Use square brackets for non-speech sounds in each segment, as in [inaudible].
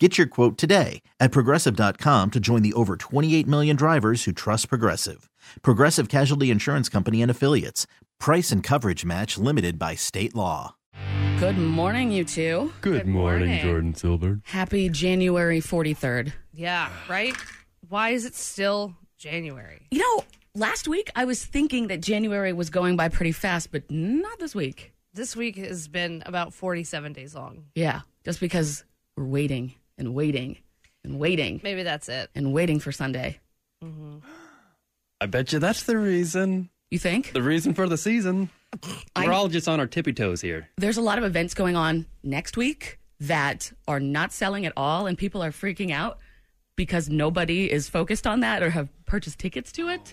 Get your quote today at progressive.com to join the over 28 million drivers who trust Progressive. Progressive Casualty Insurance Company and Affiliates. Price and coverage match limited by state law. Good morning, you two. Good, Good morning, morning. Jordan Silver. Happy January 43rd. Yeah, right? Why is it still January? You know, last week I was thinking that January was going by pretty fast, but not this week. This week has been about 47 days long. Yeah, just because we're waiting and waiting and waiting Maybe that's it. and waiting for Sunday. I bet you that's the reason. You think? The reason for the season. I- We're all just on our tippy toes here. There's a lot of events going on next week that are not selling at all, and people are freaking out because nobody is focused on that or have purchased tickets to it.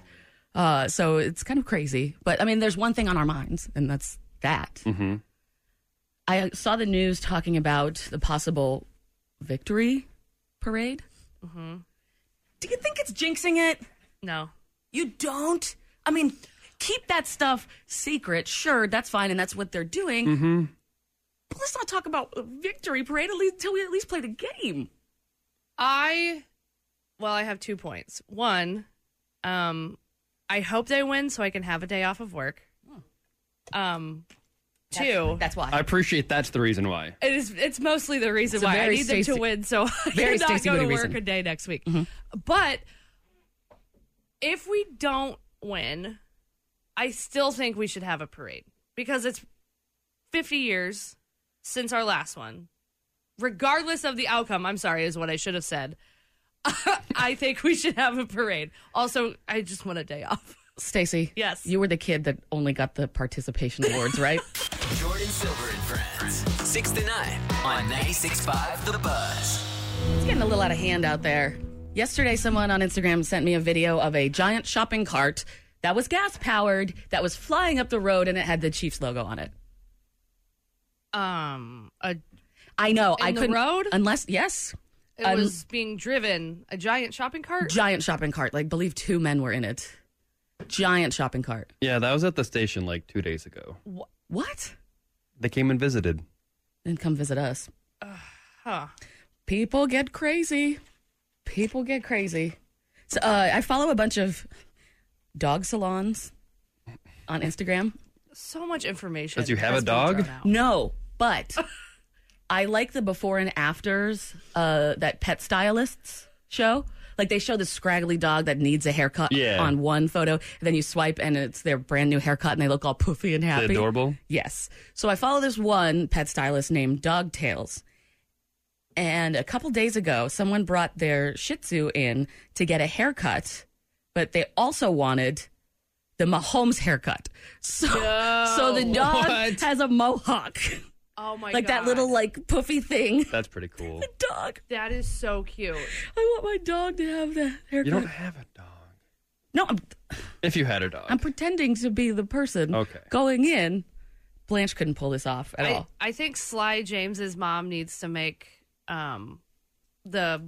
Uh, so it's kind of crazy. But I mean, there's one thing on our minds, and that's that. I saw the news talking about the possible victory parade. Do you think it's jinxing it? No. You don't? I mean, keep that stuff secret. Sure, that's fine, and that's what they're doing. But let's not talk about a victory parade at least- until we at least play the game. I, well, I have two points. One, um, I hope they win so I can have a day off of work. Um, two, That's why. I appreciate that's the reason why. it is, it's mostly the reason It's a why I very need them Stacey- to win so [laughs] I very cannot Stacey go to Moody work reason. Mm-hmm. a day next week. But if we don't win, I still think we should have a parade because it's 50 years since our last one. Regardless of the outcome, I'm sorry, is what I should have said. [laughs] I think we should have a parade. Also, I just want a day off. Stacy. Yes. You were the kid that only got the participation awards, right? Jordan Silver and Friends. 6 to 9 on 96.5 The Buzz. [laughs] It's getting a little out of hand out there. Yesterday, someone on Instagram sent me a video of a giant shopping cart that was gas powered, that was flying up the road, and it had the Chiefs logo on it. Um, a, it I know. In I the couldn't. road? Unless, yes. Um, was being driven a giant shopping cart. giant shopping cart. Like, believe two men were in it. Giant shopping cart. Yeah, that was at the station like two days ago. What? They came and visited. Then come visit us. huh. People get crazy. People get crazy. So uh, I follow a bunch of dog salons on Instagram. So much information. Does you have has a been dog? thrown out. No, but I like the before and afters uh, that pet stylists show. Like they show the scraggly dog that needs a haircut Yeah. on one photo, and then you swipe and it's their brand new haircut, and they look all poofy and happy. The adorable. Yes. So I follow this one pet stylist named Dogtails. And a couple days ago, someone brought their Shih Tzu in to get a haircut, but they also wanted the Mahomes haircut. So, so the dog What? has a mohawk, Oh my like god. that little like puffy thing. [laughs] That's pretty cool. Dog, That is so cute. I want my dog to have that haircut. You don't have a dog. no, I'm, If you had a dog. I'm pretending to be the person Okay. going in. Blanche couldn't pull this off at I, all. I think Sly James's mom needs to make um the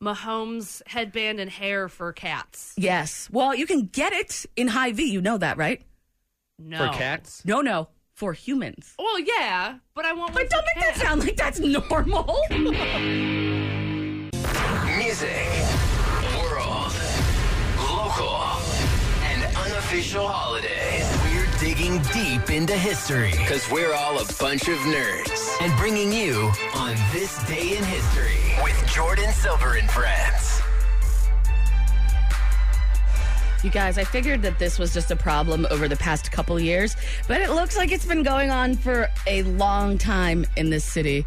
Mahomes headband and hair for cats. Yes. Well, you can get it in high V. You know that, right? No. for cats? No, no, for humans. Well, yeah, but I want one But don't for make that cats. sound like that's normal. Music, world, local, and unofficial holidays. We're digging deep into history because we're all a bunch of nerds and bringing you on this day in history with Jordan Silver and Friends. you guys, I figured that this was just a problem over the past couple years, but it looks like it's been going on for a long time in this city.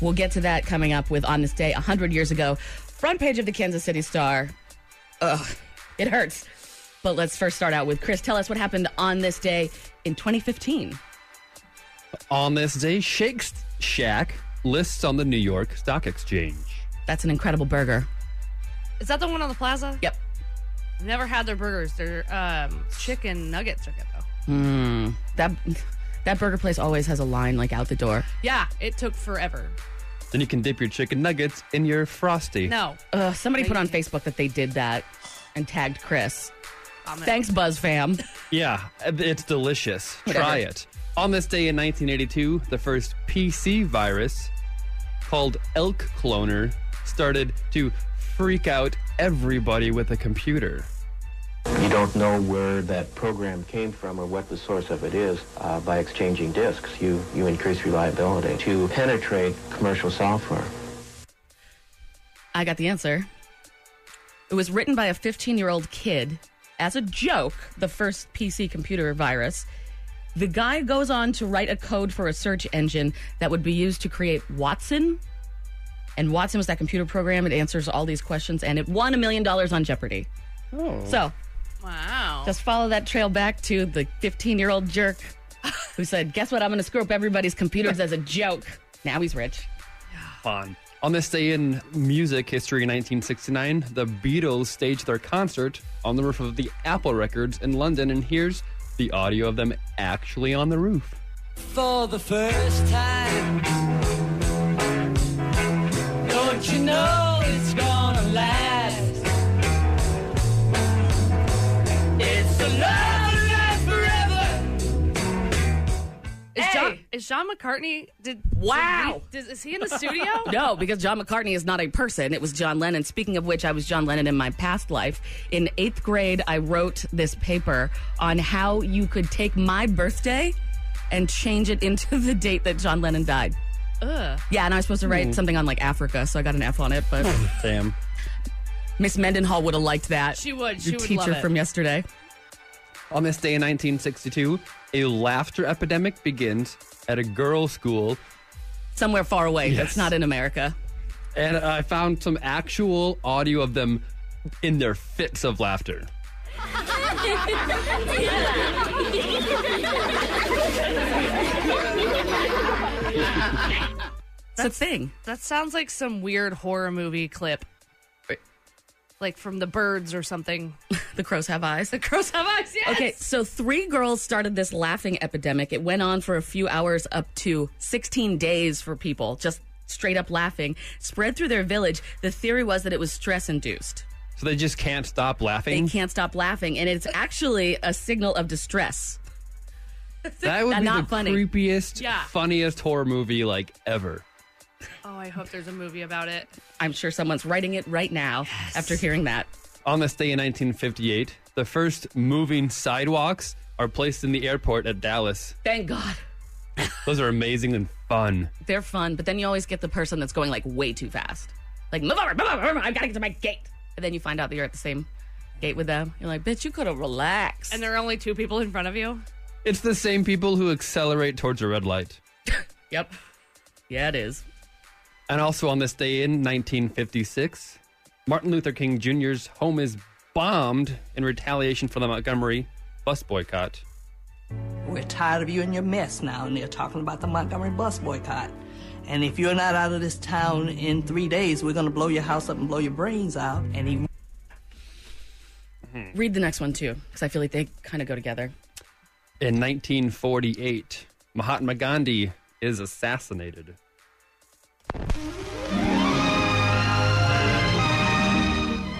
We'll get to that coming up with On This Day 100 years ago. Front page of the Kansas City Star. Ugh, it hurts. But let's first start out with Chris. Tell us what happened on this day in 2015. On this day, Shakes Shack lists on the New York Stock Exchange. That's an incredible burger. Is that the one on the plaza? Yep. I've never had their burgers. Their um, chicken nuggets are good though. That that burger place always has a line like out the door. Yeah, it took forever. Then you can dip your chicken nuggets in your frosty. No. Ugh, somebody put on Facebook that they did that and tagged Chris. Vomit. Thanks, Buzz fam. Yeah, it's delicious. Whatever. Try it. On this day in 1982, the first PC virus called Elk Cloner started to freak out everybody with a computer. You don't know where that program came from or what the source of it is. Uh, by exchanging disks, you, you increase reliability to penetrate commercial software. [laughs] I got the answer. It was written by a 15 year old kid as a joke, the first PC computer virus. The guy goes on to write a code for a search engine that would be used to create Watson. And Watson was that computer program. It answers all these questions and it won a million dollars on Jeopardy. So Wow. just follow that trail back to the 15 year old jerk who said, Guess what? I'm going to screw up everybody's computers as a joke. Now he's rich. Fun. On this day in music history in 1969, the Beatles staged their concert on the roof of the Apple Records in London, and here's the audio of them actually on the roof. for the first time. Don't you know it's gonna last? It's a love that lasts forever. Is, John, is John McCartney? Did Wow. Did, is he in the studio? [laughs] No, because John McCartney is not a person. It was John Lennon. Speaking of which, I was John Lennon in my past life. In eighth grade, I wrote this paper on how you could take my birthday and change it into the date that John Lennon died. Ugh. Yeah, and I was supposed to write something on like Africa, so I got an F on it. But Damn. Miss Mendenhall would have liked that. She would. She Your would love teacher it. from yesterday. On this day in 1962, a laughter epidemic begins at a girls' school Somewhere far away. That's Yes. not in America. and I found some actual audio of them in their fits of laughter. That's a thing. That sounds like some weird horror movie clip, Wait. like from The Birds [laughs] or something. The crows have eyes. The Gross have eyes. Yes. Okay, so three girls started this laughing epidemic. It went on for a few hours, up to 16 days for people, just straight up laughing, spread through their village. The theory was that it was stress induced. So they just can't stop They laughing. can't stop laughing, and it's actually a signal of distress. That would be Not the funny. creepiest, Yeah. funniest horror movie like ever. Oh, I hope there's a movie about it. I'm sure someone's writing it right now after hearing that. On this day in 1958, the first moving sidewalks are placed in the airport at Dallas. Thank God. Those are amazing and fun. They're fun, but then you always get the person that's going like way too fast. Like, move over, move over, move over, I gotta get to my gate. And then you find out that you're at the same gate with them. You're like, bitch, you could have relaxed. And there are only two people in front of you. It's the same people who accelerate towards a red light. Yep. Yeah, it is. And also on this day in 1956, Martin Luther King Jr.'s home is bombed in retaliation for the Montgomery bus boycott. We're tired of you and your mess now, and they're talking about the Montgomery bus boycott. And if you're not out of this town in three days, we're going to blow your house up and blow your brains out. And he Read the next one too, because I feel like they kind of go together. In 1948, Mahatma Gandhi is assassinated.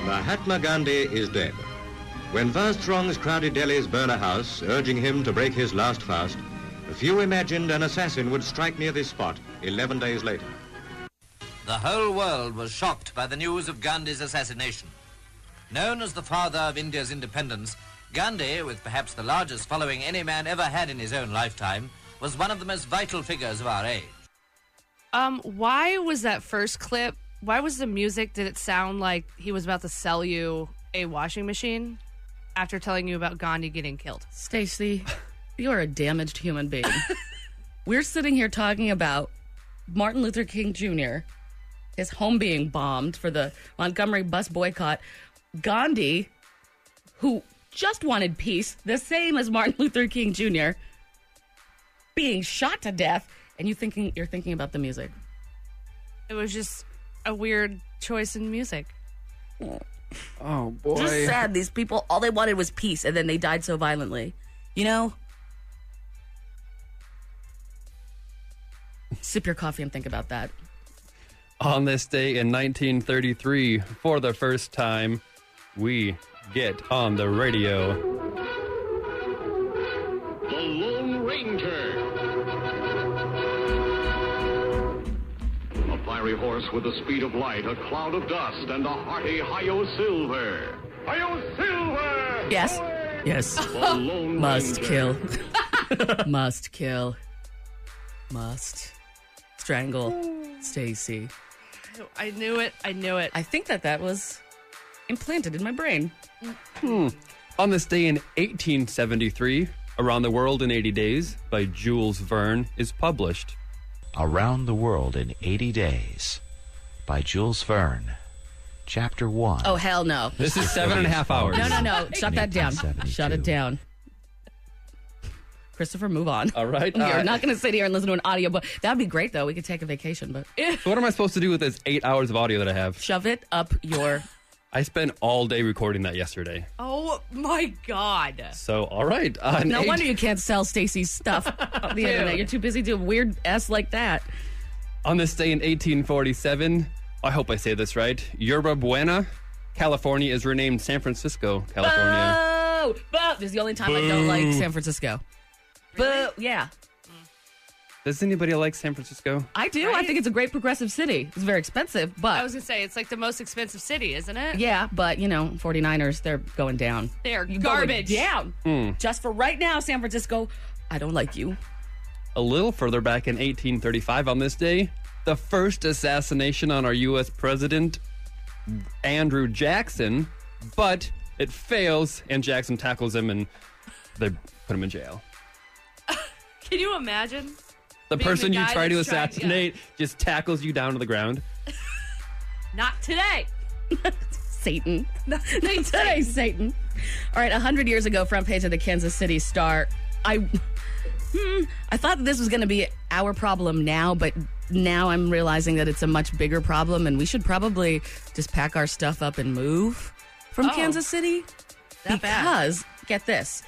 Mahatma Gandhi is dead. When vast throngs crowded Delhi's burner house, urging him to break his last fast, few imagined an assassin would strike near this spot 11 days later. The whole world was shocked by the news of Gandhi's assassination. Known as the father of India's independence, Gandhi, with perhaps the largest following any man ever had in his own lifetime, was one of the most vital figures of our age. Um, why was that first clip? Why was the music? Did it sound like he was about to sell you a washing machine after telling you about Gandhi getting killed? Stacy, you're a damaged human [laughs] being. We're sitting here talking about Martin Luther King Jr., his home being bombed for the Montgomery bus boycott. Gandhi, who just wanted peace, the same as Martin [laughs] Luther King Jr., being shot to death, and you thinking you're thinking about the music. It was just a weird choice in music. Oh boy. Just sad. These people, all they wanted was peace, and then they died so violently. You know, Sip your coffee and think about that. On this day in 1933, for the first time, we get on the radio. The Lone Ranger. A fiery horse with the speed of light, a cloud of dust, and a hearty Hio Silver. Hio Silver! Yes. Yes. [laughs] The Lone Must Ranger. kill. [laughs] Must kill. Must strangle Stacy. I knew it. I knew it. I think that that was implanted in my brain. Hmm. On this day in 1873, Around the World in 80 Days by Jules Verne is published. Around the World in 80 Days by Jules Verne. Chapter 1. Oh hell no! This is seven and a half hours. No, no, no! Shut that down! Shut it down! Christopher, move on. All right. [laughs] You're uh, not going to sit here and listen to an audiobook. That'd be great though. We could take a vacation, but [laughs] So what am I supposed to do with this eight hours of audio that I have? shove it up your. I spent all day recording that yesterday. Oh my god. So, all right. on no eight- wonder you can't sell Stacy's stuff on the internet. You're too busy doing weird s like that. On this day in 1847, I hope I say this right, Yerba Buena, California is renamed San Francisco, California. Oh, boo! This is the only time I don't like Boo. San Francisco. Boo! Yeah, Does anybody like San Francisco? I do. I think it's a great progressive city. It's very expensive, but I was gonna say it's like the most expensive city, isn't it? Yeah, but you know, 49ers, they're going down. They're You're going garbage. down. Just for right now, San Francisco, I don't like you. A little further back in 1835, on this day, the first assassination on our U.S. president, Andrew Jackson, but it fails, and Jackson tackles him and they put him in jail. Can you imagine? The Being the person you guy try to that's trying- yeah. assassinate just tackles you down to the ground. Not today. [laughs] [laughs] Satan. [laughs] Today, Satan. All right, 100 years ago, front page of the Kansas City Star. I. Hmm, I thought this was going to be our problem now, but now I'm realizing that it's a much bigger problem, and we should probably just pack our stuff up and move from Oh. Kansas City. That bad. because, get this,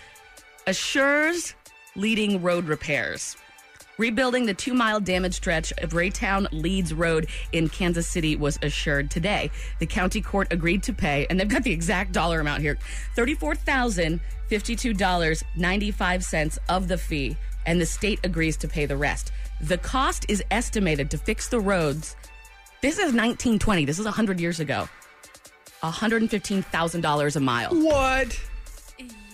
assures leading road repairs. Rebuilding the two mile damage stretch of Raytown Leeds Road in Kansas City was assured today. The county court agreed to pay, and they've got the exact dollar amount here $34,052.95 of the fee, and the state agrees to pay the rest. The cost is estimated to fix the roads. This is 1920, this is 100 years ago. $115,000 a mile. What?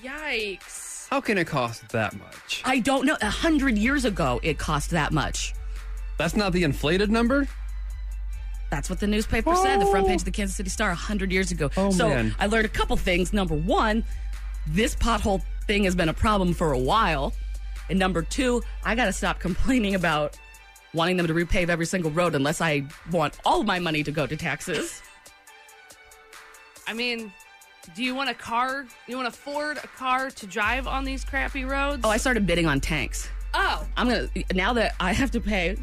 Yikes. How can it cost that much? I don't know. A hundred years ago, it cost that much. That's not the inflated number? That's what the newspaper said. The front page of the Kansas City Star a hundred years ago. Oh, so man. I learned a couple things. Number one, this pothole thing has been a problem for a while, and number two, I got to stop complaining about wanting them to repave every single road unless I want all my money to go to taxes. I mean, do you want a car? You want to afford a car to drive on these crappy roads? Oh, I started bidding on tanks. Oh, I'm gonna now that I have to pay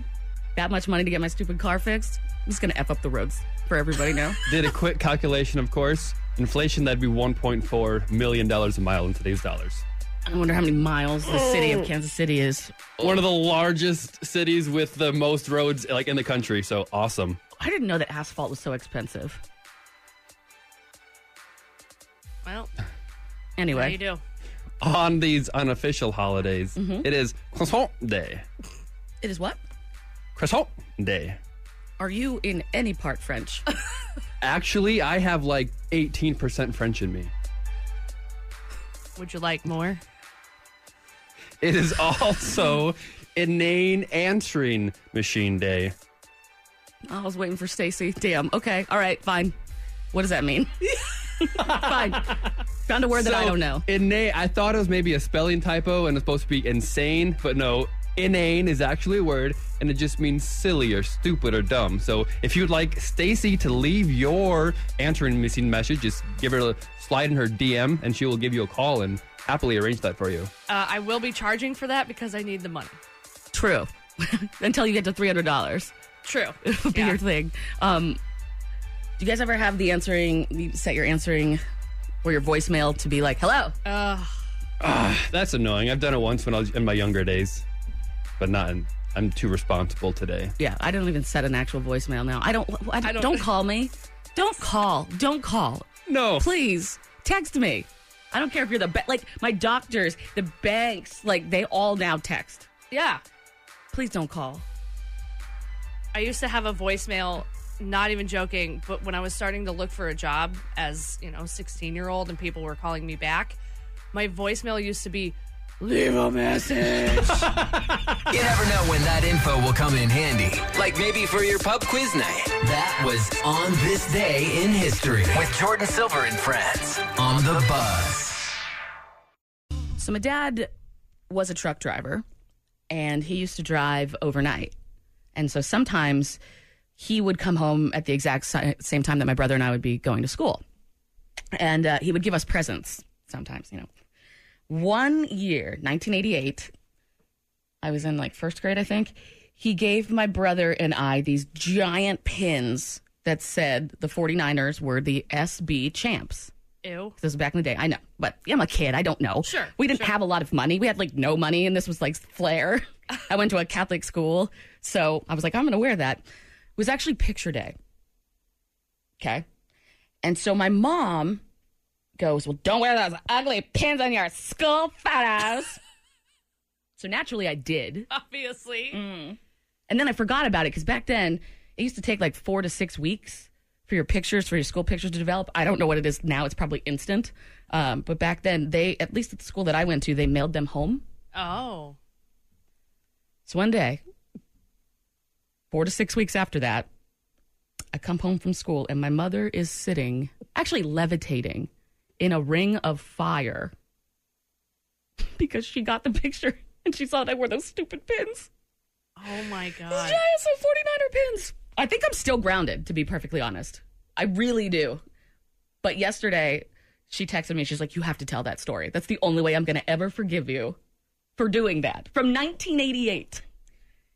that much money to get my stupid car fixed. I'm just gonna f up the roads for everybody [laughs] now. Did a quick calculation, of course. Inflation, that'd be $1.4 million a mile in today's dollars. I wonder how many miles the city [sighs] of Kansas City is. One of the largest cities with the most roads, like in the country. So awesome. I didn't know that asphalt was so expensive. well, Anyway, how you do? On these unofficial holidays, Mm-hmm. Mhm. it is Croissant Day. it is what? Croissant Day. Are you in any part French? Actually, I have like 18% French in me. [laughs] Would you like more? It is also Inane Answering Machine Day. I was waiting for Stacy. Damn. Okay. All right. Fine. What does that [laughs] mean? fine. Found a word that I So, don't know. Inane. I thought it was maybe a spelling typo and it's supposed to be insane, but no. Inane is actually a word, and it just means silly or stupid or dumb. So if you'd like Stacy to leave your answering missing message, just give her a slide in her DM, and she will give you a call and happily arrange that for you. Uh, I will be charging for that because I need the money. True. [laughs] Until you get to three hundred dollars, True. [laughs] it'll be your thing. Um, do you guys ever have the answering? You set your answering or your voicemail to be like, "Hello." Uh, That's annoying. I've done it once when I was in my younger days, but not in. I'm too responsible today. Yeah, I don't even set an actual voicemail now. I don't. I, don't, [laughs] don't call me. Don't call. Don't call. No. Please text me. I don't care if you're the ba- like my doctors, the banks, like they all now text. Yeah. Please don't call. I used to have a voicemail, not even joking, but when I was starting to look for a job as, you know, 16 year old and people were calling me back, my voicemail used to be, leave a message. You never know when that info will come in handy. Like maybe for your pub quiz night. That was on this day in history with Jordan Silver and friends on the bus. So my dad was a truck driver and he used to drive overnight. And so sometimes he would come home at the exact si- same time that my brother and I would be going to school. And uh, he would give us presents sometimes, you know. One year, 1988, I was in like first grade, I think. He gave my brother and I these giant pins that said the 49ers were the SB champs. Ew. [laughs] This was back in the day. I know, but I'm a kid. I don't know. Sure, We didn't have a lot of money. We had like no money, and this was like [laughs] flair. I went to a Catholic school, so I was like, I'm going to wear that. It was actually picture day. Okay. And so my mom goes, Well, don't wear those ugly pins on your skull [laughs] photos. so naturally, I did. Obviously. And then I forgot about it because back then it used to take like four to six weeks for your pictures, for your school pictures to develop. I don't know what it is now. It's probably instant. Um, but back then, they, at least at the school that I went to, they mailed them home. Oh. So one day, four to six weeks after that, I come home from school and my mother is sitting, actually levitating in a ring of fire [laughs] because she got the picture and she saw that I wore those stupid pins. Oh my These God. giant some 49er pins. I think I'm still grounded, to be perfectly honest. I really do. But yesterday, she texted me. She's like, You have to tell that story. That's the only way I'm going to ever forgive you for doing that. From 1988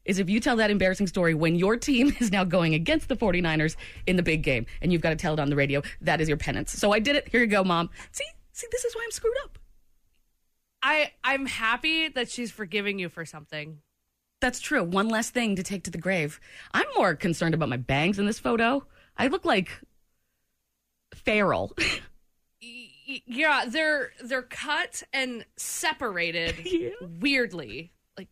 is if you tell that embarrassing story when your team [laughs] is now going against the 49ers in the big game and you've got to tell it on the radio. That is your penance. So I did it. Here you go, mom. See, see, this is why I'm screwed up. I, I'm happy that she's forgiving you for something. That's true. One less thing to take to the grave. I'm more concerned about my bangs in this photo. I look like feral. [laughs] Y- Yeah, they're they're cut and [laughs] separated weirdly. Like,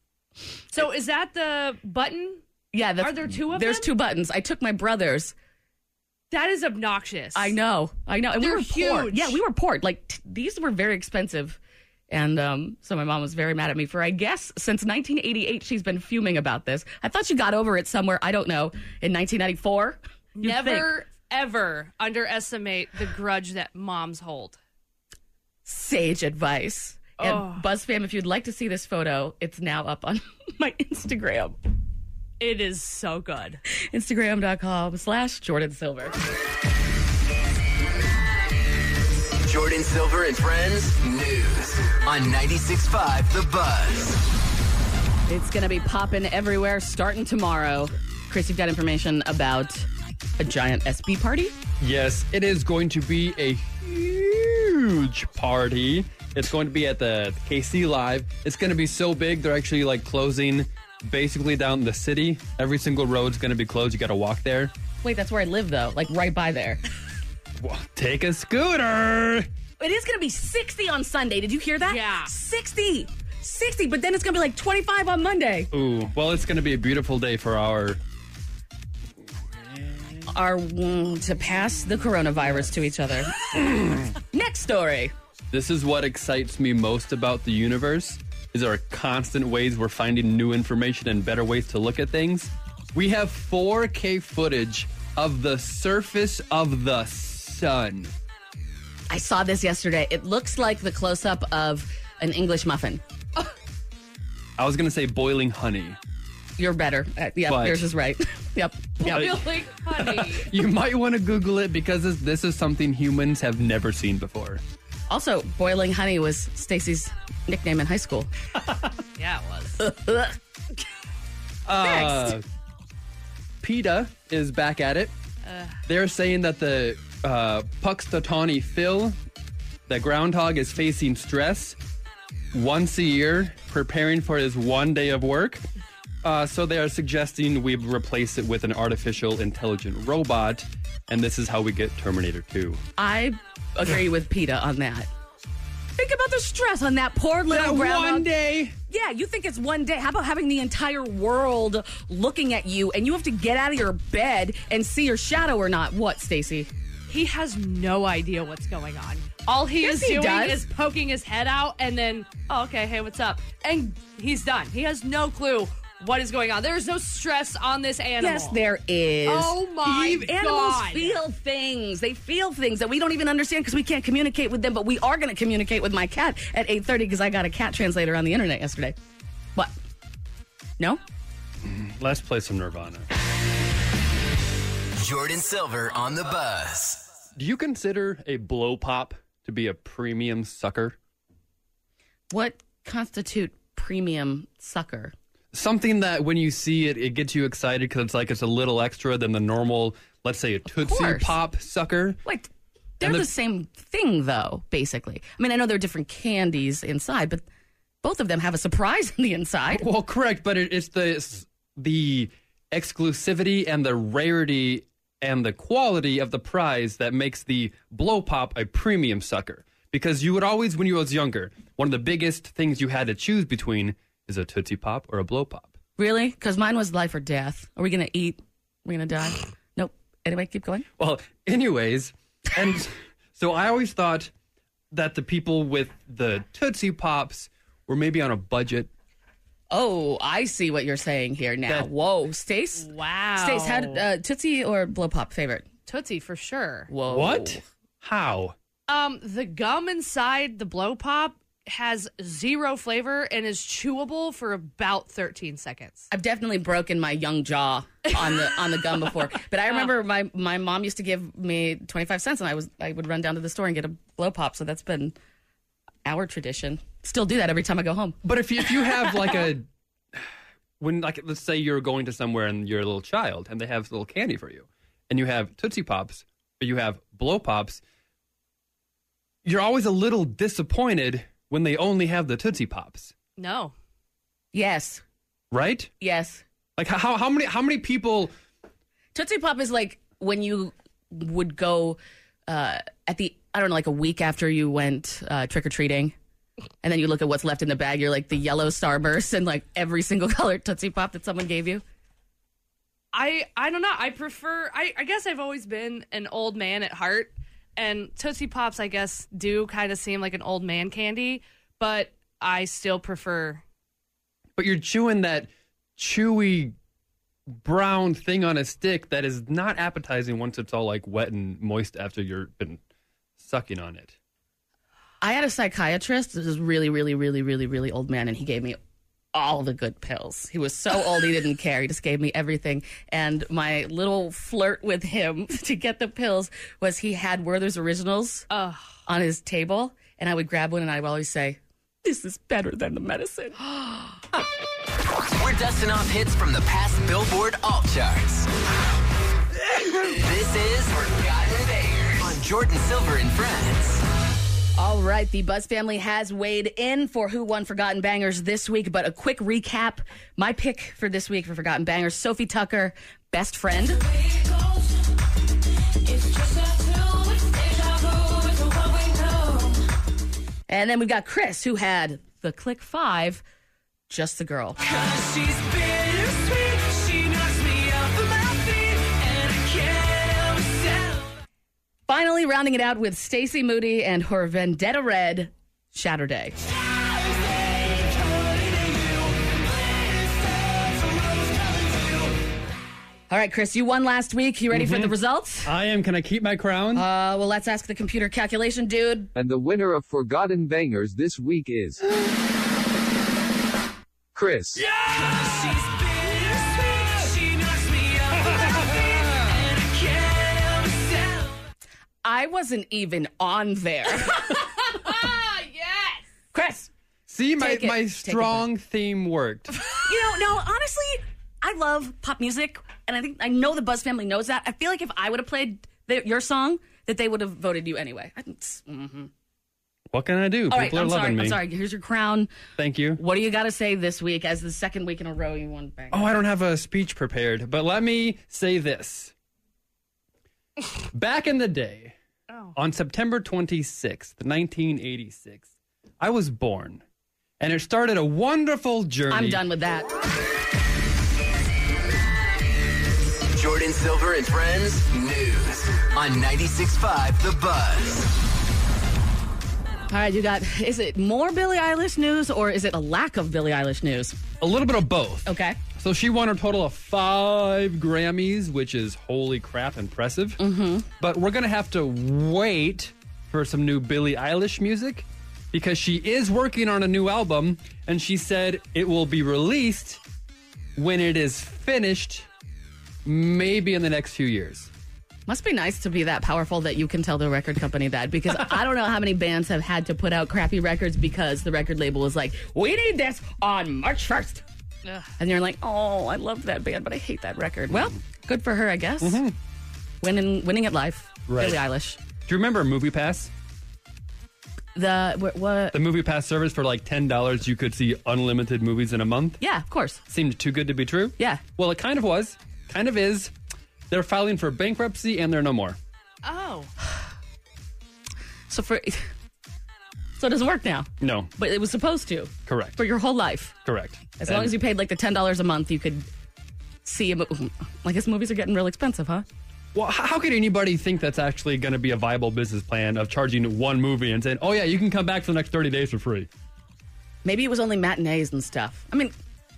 so is that the button? yeah, Are there two of There's them? two buttons. I took my brother's. That is obnoxious. I know, I know, and They're we were poor. huge. Yeah, we were poor. Like t- these were very expensive, and um, so my mom was very mad at me for. I guess since 1988, she's been fuming about this. I thought she got over it somewhere. I don't know. In 1994, You'd Never think. ever underestimate the grudge that moms [laughs] hold. sage advice. And Oh. BuzzFam, if you'd like to see this photo, it's now up on [laughs] my Instagram. It is so good. Instagram.com slash Jordan Silver. Jordan Silver and friends news on 96.5 The Buzz. It's going to be popping everywhere starting tomorrow. Chris, you've got information about a giant SB party? Yes, it is going to be a huge party. It's going to be at the KC Live. It's going to be so big, they're actually like closing basically down the city. Every single road's going to be closed. You got to walk there. Wait, that's where I live, though, like right by there. Take a scooter. It is going to be 60 on Sunday. Did you hear that? Yeah. 60. 60, but then it's going to be like 25 on Monday. Ooh, well, it's going to be a beautiful day for our. Are mm, to pass the coronavirus to each [laughs] other. Next story. This is what excites me most about the universe is our constant ways we're finding new information and better ways to look at things. We have 4K footage of the surface of the sun. I saw this yesterday. It looks like the close up of an English muffin. I was going to say boiling honey. You're better. Uh, yeah, But- yours is right. [laughs] yep. yep. Boiling honey. You might want to Google it because this, this is something humans have never seen before. Also, boiling honey was Stacy's nickname in high school. Yeah, it was. [laughs] Uh, PETA is back at it. Uh. They're saying that the uh, Puxtatawny Phil, the groundhog, is facing stress once a year preparing for his one day of work. Uh, so they are suggesting we replace it with an artificial intelligent robot, and this is how we get Terminator 2. I agree with PETA on that. Think about the stress on that poor little That groundhog. one day. Yeah, you think it's one day. How about having the entire world looking at you and you have to get out of your bed and see your shadow or not? What, Stacy? He has no idea what's going on. All he Yes, is he doing does. is poking his head out and then, oh, okay, hey, what's up? And he's done. He has no clue what is going on. There is no stress on this animal. Yes, there is. Oh my Eve- God. Animals feel things. They feel things that we don't even understand because we can't communicate with them. But we are going to communicate with my cat at eight thirty because I got a cat translator on the internet yesterday. What? No. Let's play some Nirvana. Jordan Silver on the bus. Do you consider a blow pop to be a premium sucker? What constitute premium sucker? Something that when you see it, it gets you excited because it's like it's a little extra than the normal, let's say, a Tootsie course. Pop sucker. Like they're And the, the- same thing, though. Basically, I mean, I know there are different candies inside, but both of them have a surprise [laughs] in the inside. Well, correct, but it, it's the it's the exclusivity and the rarity and the quality of the prize that makes the blow pop a premium sucker. Because you would always, when you was younger, one of the biggest things you had to choose between is a Tootsie Pop or a blow pop. Really? Because mine was life or death. Are we gonna eat? Are we gonna die? nope. Anyway, keep going. Well, anyways, and so I always thought that the people with the Tootsie Pops were maybe on a budget. Oh, I see what you're saying here now. That- Whoa, Stace. Wow. Stace had uh, Tootsie or Blow Pop favorite. Tootsie for sure. Whoa. What? How? Um, the gum inside the blow pop has zero flavor and is chewable for about 13 seconds. I've definitely broken my young jaw on the on the gum before, but I remember my my mom used to give me twenty five cents, and I was I would run down to the store and get a blow pop. So that's been our tradition. Still do that every time I go home. But if you, if you have like a when like let's say you're going to somewhere and you're a little child and they have little candy for you and you have Tootsie Pops or you have Blow Pops, you're always a little disappointed when they only have the Tootsie Pops, No. Yes, right? yes. Like how how many how many people Tootsie Pop is like when you would go uh, at the I don't know like a week after you went uh, trick or treating, and then you look at what's left in the bag. You're like the yellow starburst and like every single [laughs] colored Tootsie Pop that someone gave you. I I don't know. I prefer I, I guess I've always been an old man at heart and Tootsie Pops I guess do kind of seem like an old man candy, but I still prefer but you're chewing that chewy brown thing on a stick that is not appetizing once it's all like wet and moist after you've been sucking on it. I had a psychiatrist. This is really, really, really, really, really old man, and he gave me all the good pills. He was so old he didn't care. He just gave me everything. And my little flirt with him [laughs] to get the pills was he had Werther's Originals on his table, and I would grab one, and I would always say, "This is better than the medicine." We're dusting off hits from the past Billboard Alt charts. this is Forgotten Bears on Jordan Silver and Friends. All right, the Buzz family has weighed in for who won Forgotten Bangers this week, but a quick recap. My pick for this week for Forgotten Bangers, Sophie Tucker, best friend. And then we've got Chris, who had the click five, just the girl. Uh, She's bittersweet. She knocks me off of my feet, and I can't myself. Finally, rounding it out with Stacey Moody and her Vendetta Red, Shatterday. All right, Chris, you won last week. You ready for the results? I am. Can I keep my crown? Uh, well, let's ask the computer calculation dude. And the winner of Forgotten Bangers this week is. Chris. She's bittersweet. She knocks me off of my feet, and I can't help myself. I wasn't even on [laughs] there. yes. Chris. See, my, Take it. my Take it strong theme [laughs] worked. You know, no, honestly, I love pop music, and I think I know the Buzz family knows that. I feel like if I would have played the, your song, that they would have voted you anyway. I, mm-hmm. What can I do? All Mm. People right, are I'm loving sorry. me. I'm sorry. Here's your crown. Thank you. What do you got to say this week as the second week in a row you won back? Oh, I don't have a speech prepared, but let me say [laughs] this. Back in the day, Oh. on September 26th, 1986, I was born, and it started a wonderful journey. I'm done with that. Jordan Silver and Friends News on 96.5 The Buzz. All right, you got. Is it more Billie Eilish news or is it a lack of Billie Eilish news? A little bit of both. Okay. So she won a total of five Grammys, which is holy crap impressive. Mm-hmm. But we're going to have to wait for some new Billie Eilish music because she is working on a new album and she said it will be released when it is finished, maybe in the next few years. Must be nice to be that powerful that you can tell the record company that because I don't know how many bands have had to put out crappy records because the record label was like, we need this on March 1st. And you're like, oh, I love that band, but I hate that record. Well, good for her, I guess. Winning, winning at life. Mm-hmm. Right. Billie Eilish. Do you remember Movie Pass? The, what, what? The Movie Pass service for like $10, you could see unlimited movies in a month. Yeah, of course. seemed too good to be true? Yeah. Well, it kind of was, kind of is. They're filing for bankruptcy and they're no more. Oh. So for, [laughs] so it doesn't work now, No, but it was supposed to correct, for your whole life. correct. As long as you paid like the ten dollars a month, you could see. A, mo- [sighs] I guess movies are getting real expensive, huh? Well, h- how could anybody think that's actually going to be a viable business plan of charging one movie and saying, oh, yeah, you can come back for the next 30 days for free? Maybe it was only matinees and stuff. I mean,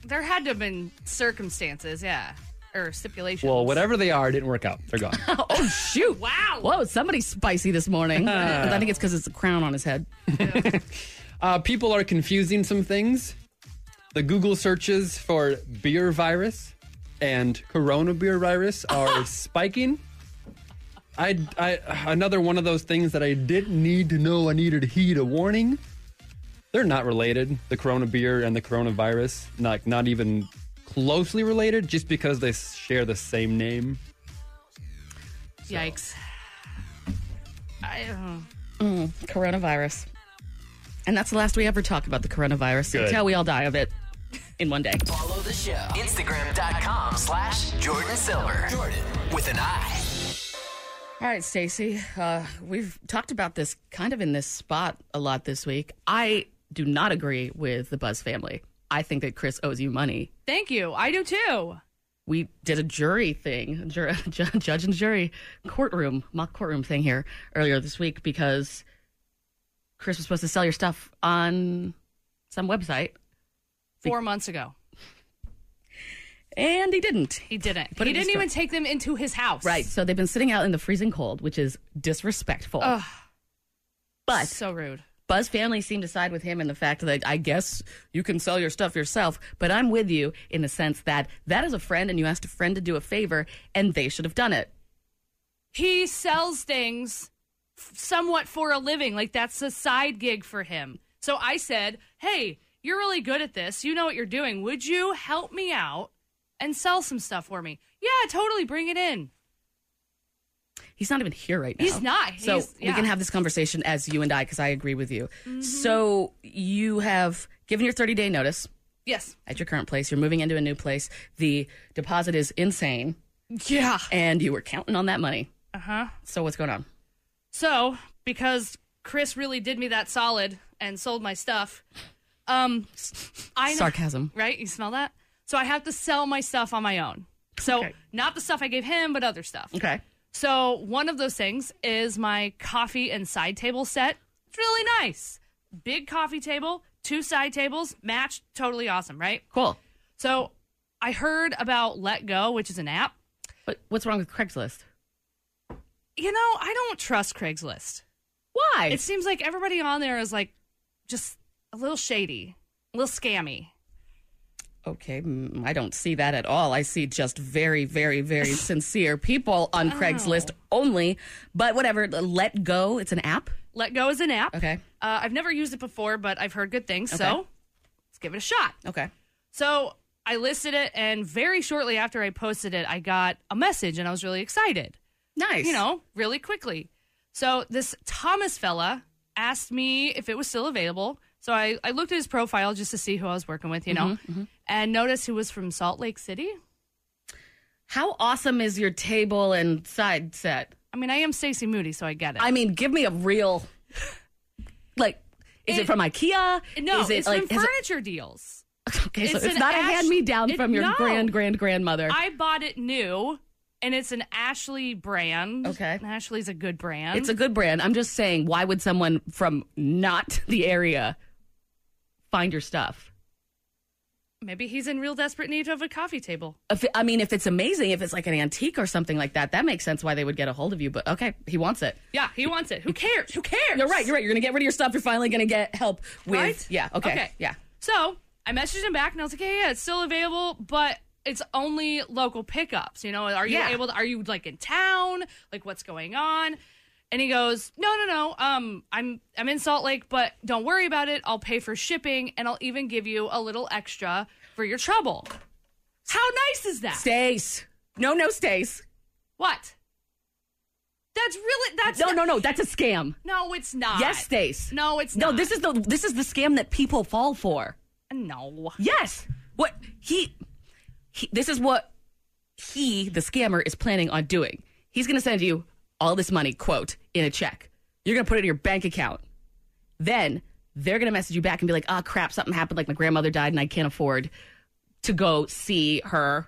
There had to have been circumstances, yeah. Or stipulations. Well, whatever they are, it didn't work out. They're gone. oh shoot! Wow! Whoa, somebody's spicy this [laughs] morning. I think it's because it's a crown on his head. uh, people are confusing some things. The Google searches for beer virus and corona beer [laughs] virus are spiking. I, I another one of those things that I didn't need to know. I needed to heed a warning. They're not related. The corona beer and the coronavirus, not not even closely related, just because they share the same name. Yikes. I don't Mm, coronavirus, and that's the last we ever talk about the coronavirus Good. until we all die of it in one day. Follow the show. Instagram.com slash Jordan Silver. Jordan with an I. All right, Stacey. Uh, we've talked about this kind of in this spot a lot this week. I do not agree with the Buzz family. I think that Chris owes you money. Thank you. I do too. We did a jury thing, jur- [laughs] ju- judge and jury courtroom, mock courtroom thing here earlier this week because Chris was supposed to sell your stuff on some website Four months ago. and he didn't. He didn't. Put he it in didn't his even drawer. take them into his house. Right. So they've been sitting out in the freezing cold, which is disrespectful. Ugh. But so rude. Buzz family seemed to side with him in the fact that I guess you can sell your stuff yourself, but I'm with you in the sense that that is a friend and you asked a friend to do a favor and they should have done it. He sells things f- somewhat for a living. Like that's a side gig for him. So I said, "Hey, you're really good at this. You know what you're doing. Would you help me out and sell some stuff for me?" Yeah, totally. Bring it in. He's not even here right now. He's not. So He's- we yeah. Mm-hmm. can have this conversation as you and I because I agree with you. So you have given your 30 day notice Yes. at your current place. You're moving into a new place. The deposit is insane. Yeah. And you were counting on that money. Uh huh. So what's going on? So, because Chris really did me that solid and sold my stuff, um, I Sarcasm. right? You smell that? So I have to sell my stuff on my own. So not the stuff I gave him, but other stuff. Okay. So one of those things is my coffee and side table set. It's really nice. Big coffee table, two side tables, matched. Totally awesome, right? Cool. So I heard about Let Go, which is an app. But what's wrong with Craigslist? You know, I don't trust Craigslist. Why? It seems like everybody on there is like just a little shady, a little scammy. Okay, mm, I don't see that at all. I see just very, very, [laughs] very sincere people on Wow. Craigslist Oh. only. But whatever, let go. It's an app. Let Go is an app. Okay. Uh, I've never used it before, but I've heard good things. So Okay. let's give it a shot. Okay. So I listed it, and very shortly after I posted it, I got a message, and I was really excited. Nice. You know, really quickly. So this Thomas fella asked me if it was still available. So I, I looked at his profile just to see who I was working with, you know, Mhm, mhm. and noticed he was from Salt Lake City. How awesome is your table and side set? I mean, I am Stacey Moody, so I get it. I mean, give me a real, like, is it, It- from IKEA? No, is it it's like from has it- furniture deals. okay, so it's, an not a Ash- hand me down it- from your no. grand grand grandmother. I bought it new, and it's an Ashley brand. Okay, and Ashley's a good brand. It's a good brand. I'm just saying, why would someone from not the area find your stuff? Maybe he's in real desperate need of a coffee table. If, I mean, if it's amazing, if it's like an antique or something like that, that makes sense why they would get a hold of you. But okay, he wants it. Yeah, he wants it. Who cares? Who cares? You're right. You're right. You're gonna get rid of your stuff. You're finally gonna get help with. Right? Yeah. Okay. Okay. Yeah. So I messaged him back and I was like, "Hey, yeah, it's still available, but it's only local pickups. You know, are you Yeah. able? To, are you like in town? Like, what's going on?" And he goes, "No, no, no. Um, I'm I'm in Salt Lake, but don't worry about it. I'll pay for shipping and I'll even give you a little extra for your trouble." How nice is that? Stace. No, no, Stace. What? That's really that's No, no, no. That's a scam. no, it's not. Yes, Stace. No, it's no. not. This is the this is the scam that people fall for. No. Yes. What he, he this is what he the scammer is planning on doing. He's going to send you all this money, quote, in a check. You're going to put it in your bank account. Then they're going to message you back and be like, "Oh crap, something happened like my grandmother died and I can't afford to go see her,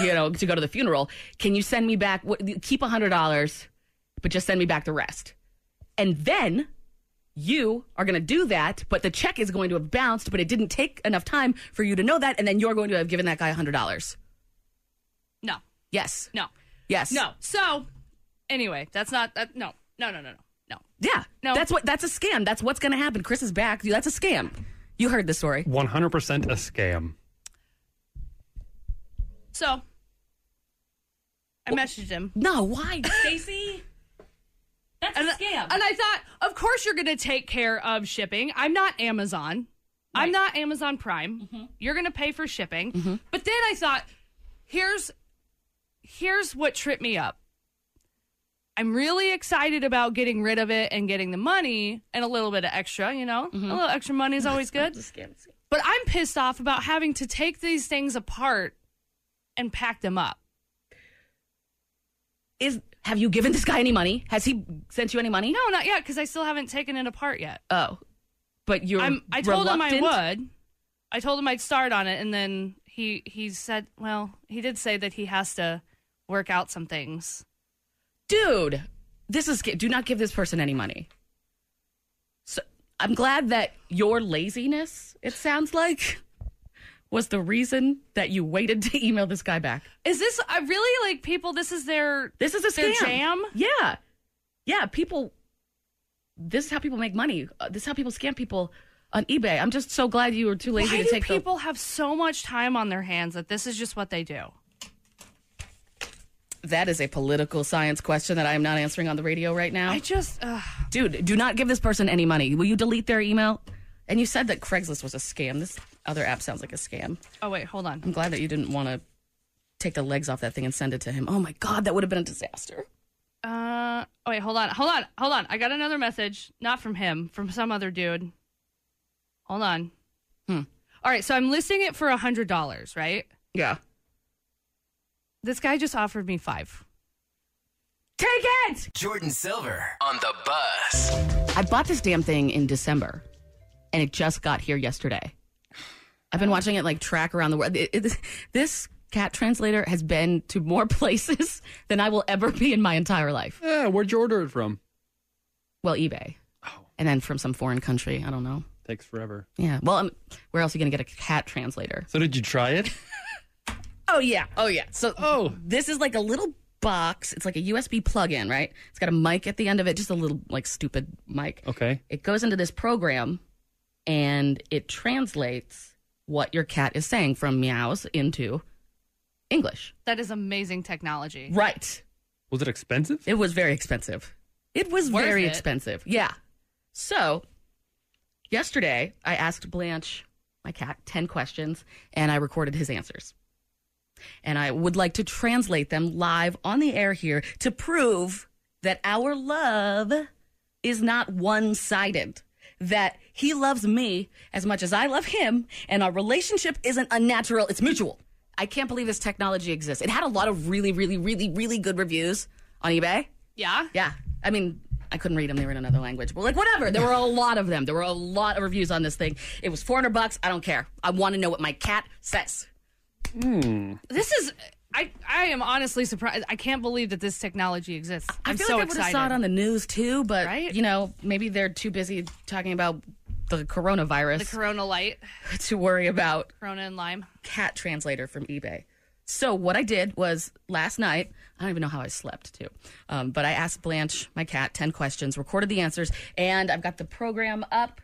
you know, to go to the funeral. Can you send me back what, keep $100, but just send me back the rest." And then you are going to do that, but the check is going to have bounced, but it didn't take enough time for you to know that, and then you're going to have given that guy $100. No. Yes. No. Yes. No. So, anyway, that's not that. No. No. No. No. No. No. Yeah. No. That's what. That's a scam. That's what's going to happen. Chris is back. That's a scam. You heard the story. 100% a scam. So, Oh. I messaged him. No. [laughs] Why, Stacy? That's a scam. And I thought, of course, you're going to take care of shipping. I'm not Amazon. I'm not Amazon Prime. You're going to pay for shipping. But then I thought, here's here's what tripped me up. I'm really excited about getting rid of it and getting the money and a little bit of extra, you know? A little extra money is always good. But I'm pissed off about having to take these things apart and pack them up. Is have you given this guy any money? Has he sent you any money? No, not yet, because I still haven't taken it apart yet. Oh, but you're. I'm, I told him I reluctant? would. I told him I'd start on it, and then he he said, well, he did say that he has to work out some things. dude, this is do not give this person any money. So I'm glad that your laziness, it sounds like, was the reason that you waited to email this guy back. Is this I really like people? This is their This is a their scam. jam. Yeah, yeah. People, this is how people make money. Uh, This is how people scam people on eBay. I'm just so glad you were too lazy Why to do take the- people have so much time on their hands that this is just what they Oh. do? That is a political science question that I am not answering on the radio right now. I just, uh... dude, do not give this person any money. Will you delete their email? And you said that Craigslist was a scam. This other app sounds like a scam. Oh wait, hold on. I'm glad that you didn't want to take the legs off that thing and send it to him. Oh my god, that would have been a disaster. Uh, oh wait, hold on, hold on, hold on. I got another message, not from him, from some other dude. Hold on. Hmm. All right, so I'm listing it for a hundred dollars, right? Yeah. This guy just offered me five. Take it! Jordan Silver on the bus. I bought this damn thing in December, and it just got here yesterday. I've been watching it like track around the world. It- it- this cat translator has been to more [laughs] places than I will ever be in my entire life. Yeah, where'd you order it from? Well, eBay. Oh. And then from some foreign country. I don't know. Takes forever. Yeah. Well, um, where else are you going to get a cat translator? So did you [laughs] try it? Oh yeah, oh yeah. So oh, this is like a little box. It's like a USB plug-in, right? It's got a mic at the end of it, just a little like stupid mic. Okay. It goes into this program, and it translates what your cat is saying from meows into English. That is amazing technology. Right. Was it expensive? It was very expensive. It was Worth very it. expensive. Yeah. So yesterday, I asked Blanche, my cat, 10 questions, and I recorded his answers. And I would like to translate them live on the air here to prove that our love is not one sided. That he loves me as much as I love him, and our relationship isn't unnatural, it's mutual. I can't believe this technology exists. It had a lot of really, really, really, really good reviews on eBay. Yeah? Yeah. I mean, I couldn't read them. They were in another language. But like, whatever. There were a lot of them. There were a lot of reviews on this thing. It was 400 bucks. I don't care. I want to know what my cat says. This is. I, I am honestly surprised. I can't believe that this technology exists. I'm I feel so like I would have excited. saw it on the news too, but you know, maybe they're too busy talking about the coronavirus the Corona Light, [laughs] to worry about Corona and Lime. cat translator from eBay. So what I did was last night, I don't even know how I slept too, um, but I asked Blanche, my cat, 10 questions, recorded the answers, and I've got the program up.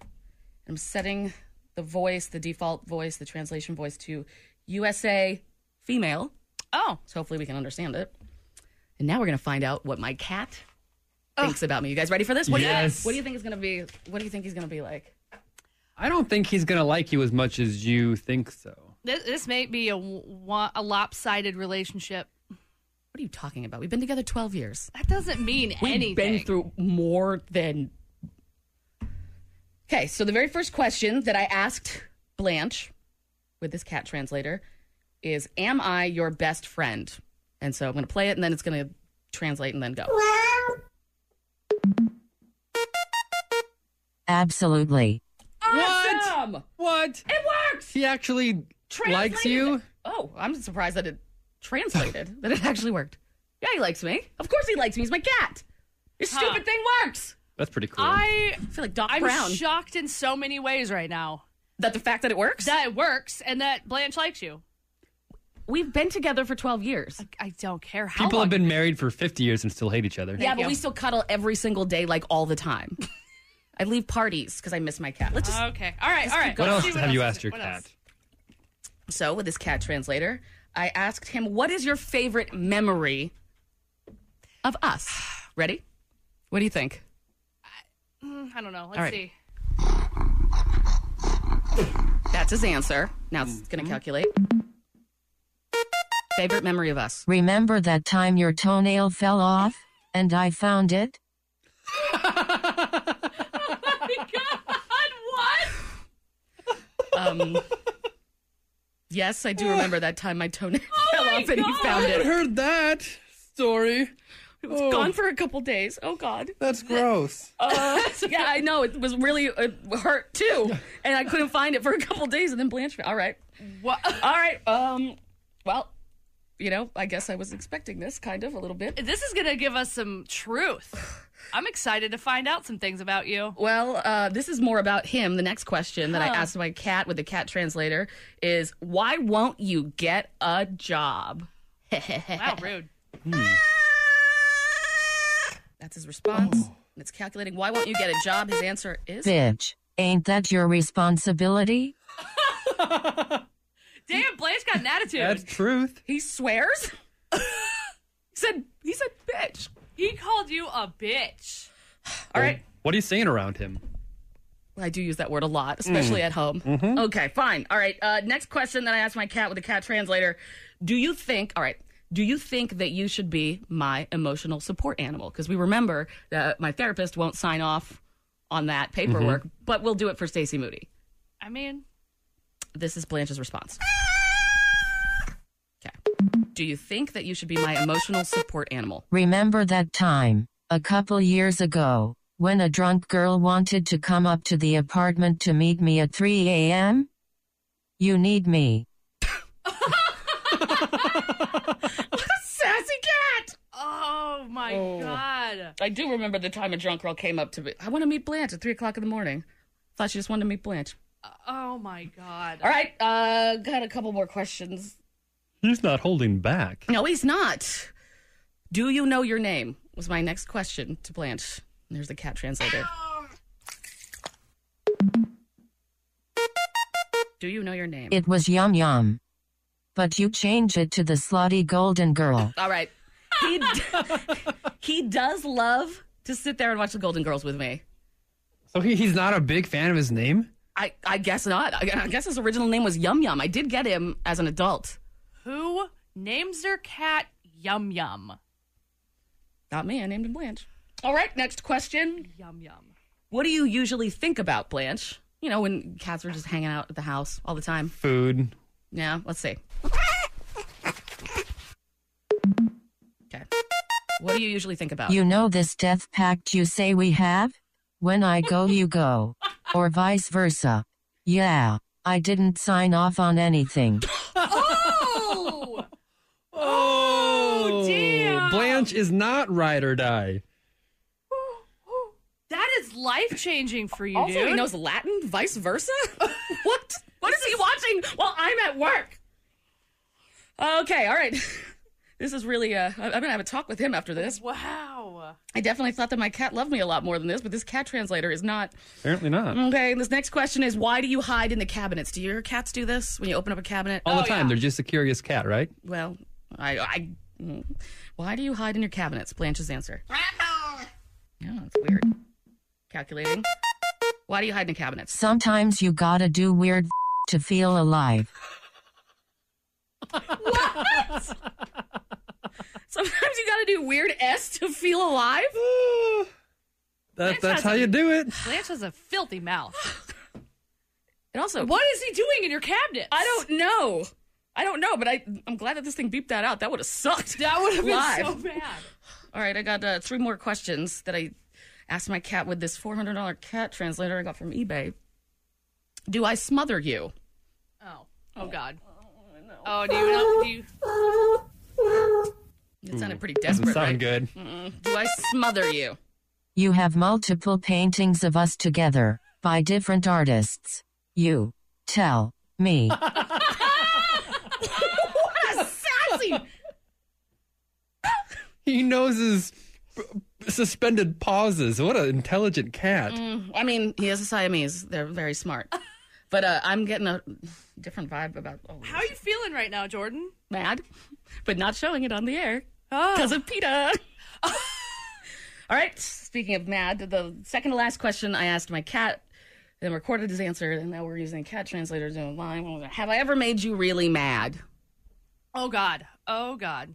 I'm setting the voice, the default voice, the translation voice to USA female. Oh. So hopefully we can understand it. And now we're going to find out what my cat thinks about me. You guys ready for this? What, do, Yes. you, what do you think is going to be? What do you think he's going to be like? I don't think he's gonna like you as much as you think so. This, this may be a, w- wa- a lopsided relationship. What are you talking about? We've been together 12 years. That doesn't mean We've anything. been through more than. Okay, so the very first question that I asked Blanche with this cat translator is Am I your best friend? And so I'm going to play it and then it's going to translate and then go. Absolutely. Awesome! What? It works! He actually likes you? Oh, I'm surprised that it translated, that it actually worked. Yeah, he likes me. Of course he likes me. He's my cat. This stupid thing works. That's pretty cool. I feel like Doc I'm Brown. shocked in so many ways right now. That the fact that it works? That it works and that Blanche likes you. We've been together for 12 years. I, don't care how People long. have been married for 50 years and still hate each other. yeah, but we still cuddle every single day, like all the time. [laughs] I leave parties because I miss my cat. Let's just Uh, okay. All right. All right. What Let's else see have you is asked there. your What cat? So, with this cat translator, I asked him, What is your favorite memory of us? [sighs] Ready? What do you think? Mm, I don't know. Let's All right. [laughs] see. [laughs] That's his answer. Now it's going to Mm-hmm. calculate. Favorite memory of us? Remember that time your toenail fell off and I found it? [laughs] Um, yes, I do remember that time my toenail fell Oh my off and he God. found I it. heard that story. It was Oh. gone for a couple days. Oh, God. That's gross. Uh, yeah, I know. It was really it hurt too, and I couldn't find it for a couple days. And then Blanche, all right, what? All right. Um, well, you know, I guess I was expecting this kind of a little bit. This is gonna give us some [sighs] truth. I'm excited to find out some things [laughs] about you. Well, uh, this is more about him. The next question that I Huh. asked my cat with the cat translator is, "Why won't you get a job?" Wow, rude. That's his response. And it's calculating. Why won't you get a job? His answer is Bitch, ain't that your responsibility? Damn, Blanche got an attitude. truth. He swears. [laughs] he said he said bitch. He called you a bitch. All right. What are you saying around him? I do use that word a lot, especially Mm. at home. Okay, fine. All right. Uh, next question that I asked my cat with the cat translator: Do you think? All right. Do you think that you should be my emotional support animal? Because we remember that my therapist won't sign off on that paperwork, but we'll do it for Stacey Moody. I mean, This is Blanche's response. Okay. Do you think that you should be my emotional support animal? Remember that time, a couple years ago, when a drunk girl wanted to come up to the apartment to meet me at 3 a.m.? You need me. Sassy cat. Oh my Oh. god. I do remember the time a drunk girl came up to me. I want to meet Blanche at three o'clock in the morning. Thought she just wanted to meet Blanche. Oh my god. All right, uh, got a couple more questions. He's not holding back. No, he's not. Do you know your name? Was my next question to Blanche. And There's the cat translator. Do you know your name? It was yum yum. But you change it to the slutty golden girl. All right. He d- [laughs] he does love to sit there and watch the Golden Girls with me. So he, he's not a big fan of his name? I, I guess not. I, I guess his original name was Yum Yum. I did get him as an adult. Who names their cat Yum Yum? Not me. I named him Blanche. All right, next question. Yum yum. What do you usually think about, Blanche? You know, when cats are just hanging out at the house all the time. Food. Yeah, let's see. Okay. What do you usually think about? You know this death pact you say we have? When I go, you go. Or vice versa. Yeah, I didn't sign off on anything. [laughs] Oh! Oh, damn. Blanche is not ride or die. That is life changing for you, Also, dude. Oh, he knows Latin, vice versa. what? What is he watching while I'm at work? Okay, all right. [laughs] This is really. Uh, I- I'm gonna have a talk with him after this. Wow. I definitely thought that my cat loved me a lot more than this, but this cat translator is not. Apparently not. Okay, this next question is why do you hide in the cabinets? Do your cats do this when you open up a cabinet? All the time. They're just a curious cat, right? Well, I, I. mm. Why do you hide in your cabinets? Blanche's answer. Yeah, it's weird. Calculating. Why do you hide in cabinets? Sometimes you gotta do weird [laughs] to feel alive. What? Sometimes you gotta do weird S to feel alive. That, that's that's how you do it. Blanche has a filthy mouth. And also, What is he doing in your cabinet? I don't know. I don't know, but I, I'm glad that this thing beeped that out. That would have sucked. That would have been Live. so bad. All right, I got uh, three more questions that I asked my cat with this $400 cat translator I got from eBay. Do I smother you? Oh. Oh God. Oh, do you know? Do you? It sounded pretty Doesn't desperate, sound right? good. Mm-mm. Do I smother [laughs] you? You have multiple paintings of us together by different artists. You tell me. what a sassy! He knows his b- b- suspended pauses. What an intelligent cat. Mm, I mean, he is a Siamese. They're very smart. But uh, I'm getting a different vibe about all How are you feeling right now, Jordan? mad, [laughs] but not showing it on the air because of [laughs] PETA. All right. Speaking of mad, the second to last question I asked my cat, then recorded his answer, and now we're using cat translators in line. Have I ever made you really mad? Oh God. Oh God.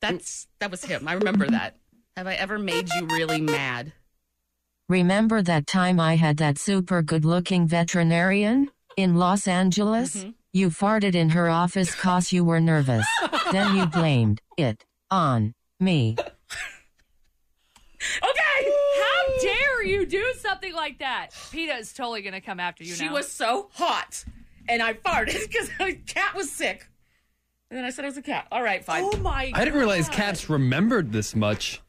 That's that was him. I [laughs] remember that. Have I ever made you really mad? Remember that time I had that super good looking veterinarian in Los Angeles? You farted in her office cause you were nervous. then you blamed it on me. Okay. How dare you do something like that? PETA is totally gonna come after you She now. was so hot, and I farted [laughs] because the cat was sick. And then I said it was a cat. All right, fine. Oh my! I didn't realize cats remembered this much.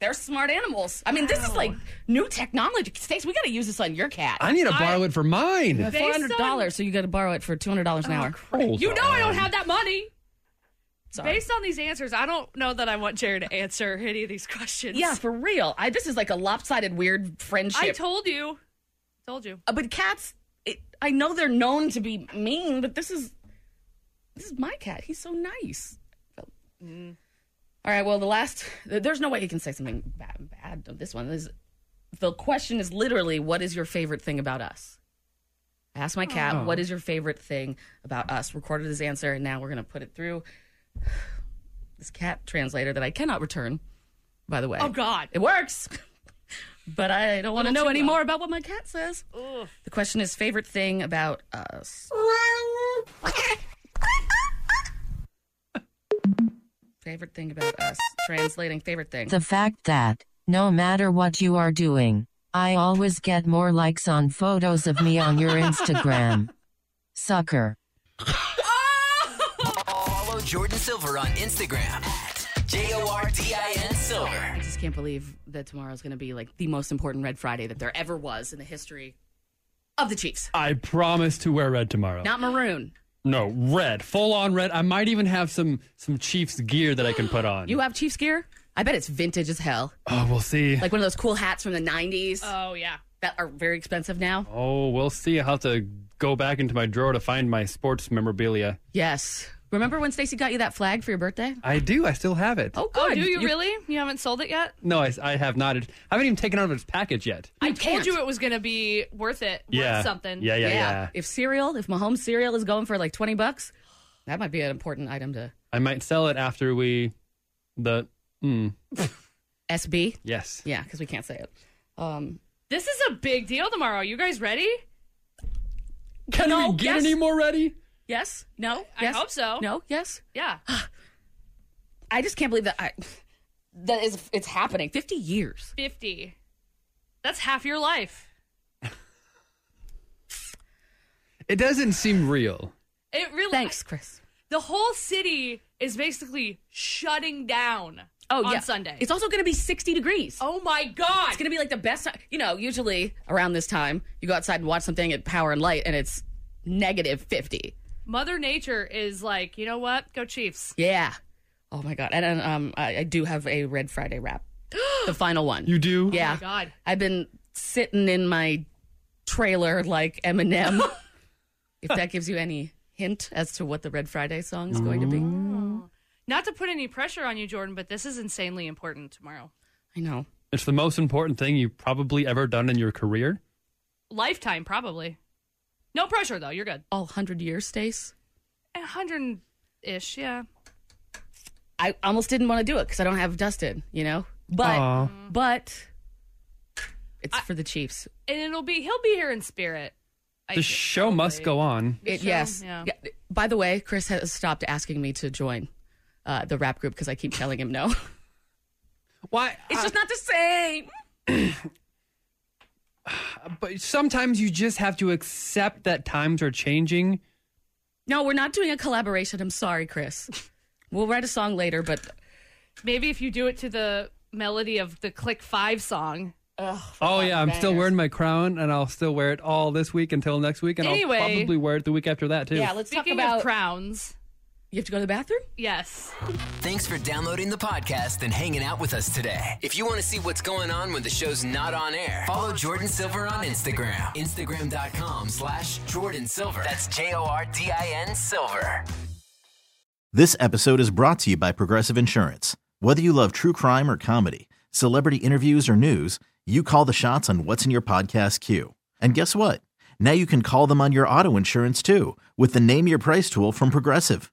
They're smart animals. I mean, this is like new technology. Stace, we got to use this on your cat. I need to borrow it for mine. Four hundred dollars, so you got to borrow it for two hundred dollars an hour. Hold You know I don't on. have that money. Sorry. Based on these answers, I don't know that I want Jared to answer any of these questions. Yeah, for real. I this is like a lopsided, weird friendship. I told you. Told you. Uh, but cats, it, I know they're known to be mean, but this is this is my cat. He's so nice. All right. Well, the last. th- There's no way he can say something bad. Bad. of This one is. The question is literally, what is your favorite thing about us? I asked my cat, Oh. what is your favorite thing about us? Recorded his answer, and now we're gonna put it through this cat translator that I cannot return. By the way. Oh God. It works. [laughs] but I don't want to Little know too any well. more about what my cat says. The question is favorite thing about [laughs] us. favorite thing about us. Translating favorite thing. The fact that, no matter what you are doing, I always get more likes on photos of me on your Instagram. Sucker. Follow Jordan Silver on Instagram at J O R D I N Silver. I just can't believe that tomorrow's going to be like the most important Red Friday that there ever was in the history of the Chiefs. I promise to wear red tomorrow. Not maroon. No, red, full on red. I might even have some some Chiefs gear that I can put [gasps] on. You have Chiefs gear? I bet it's vintage as hell. oh, we'll see. Like one of those cool hats from the 90s Oh yeah. that are very expensive now. oh, we'll see. I'll have to go back into my drawer to find my sports memorabilia. Yes. Remember when Stacy got you that flag for your birthday? I do. I still have it. Oh, Oh, good. do you You- really? You haven't sold it yet? No, I, I have not. I haven't even taken out of its package yet. I told can't. you it was gonna be worth it. yeah. Worth something. Yeah, yeah, yeah, If cereal, if Mahomes cereal is going for like 20 bucks, that might be an important item to. I might sell it after we the Mm. SB? Yes. Yeah, because we can't say it. Um, This is a big deal tomorrow. You guys ready? Can No, we get yes. any more ready? yes? No? I yes? hope so. No? Yes? [sighs] Yeah. I just can't believe that I, that is it's happening. 50 years. 50. That's half your life. It doesn't seem real. It really Thanks, Chris. The whole city is basically shutting down Oh, on yeah. Sunday. It's also going to be 60 degrees. Oh my god. It's going to be like the best time. You know, usually around this time, you go outside and watch something at Power and Light and it's negative 50. Mother Nature is like, you know what? Go Chiefs. Yeah. Oh my god. And, And um, I, I do have a Red Friday [gasps] wrap, the final one. You do? Yeah. Oh my god. I've been sitting in my trailer like Eminem. if that gives you any hint as to what the Red Friday song is going to be. Not to put any pressure on you, Jordan, but this is insanely important tomorrow. I know. It's the most important thing you've probably ever done in your career. Lifetime, probably. No pressure though. You're good. All hundred years, Stace. A hundred ish, yeah. I almost didn't want to do it because I don't have Dustin. You know, but Aw. but it's for the Chiefs. And it'll be he'll be here in spirit. I the think, show must go probably. on. It, show, yes. yeah. Yeah, By the way, Chris has stopped asking me to join uh, the rap group because I keep telling him no. [laughs] Why? uh, It's just not the same. But sometimes you just have to accept that times are changing. No, we're not doing a collaboration. I'm sorry, Chris. We'll write a song later, but Maybe if you do it to the melody of the Click Five song. Oh yeah, I'm still wearing my crown, and I'll still wear it all this week until next week, and Anyway. I'll probably wear it the week after that too. Yeah, let's talk Speaking about- of crowns. you have to go to the bathroom? Yes. Thanks for downloading the podcast and hanging out with us today. If you want to see what's going on when the show's not on air, follow Jordan Silver on Instagram. Instagram.com slash Jordan Silver. That's J O R D I N Silver. This episode is brought to you by Progressive Insurance. Whether you love true crime or comedy, celebrity interviews or news, you call the shots on what's in your podcast queue. And guess what? Now you can call them on your auto insurance too with the Name Your Price tool from Progressive.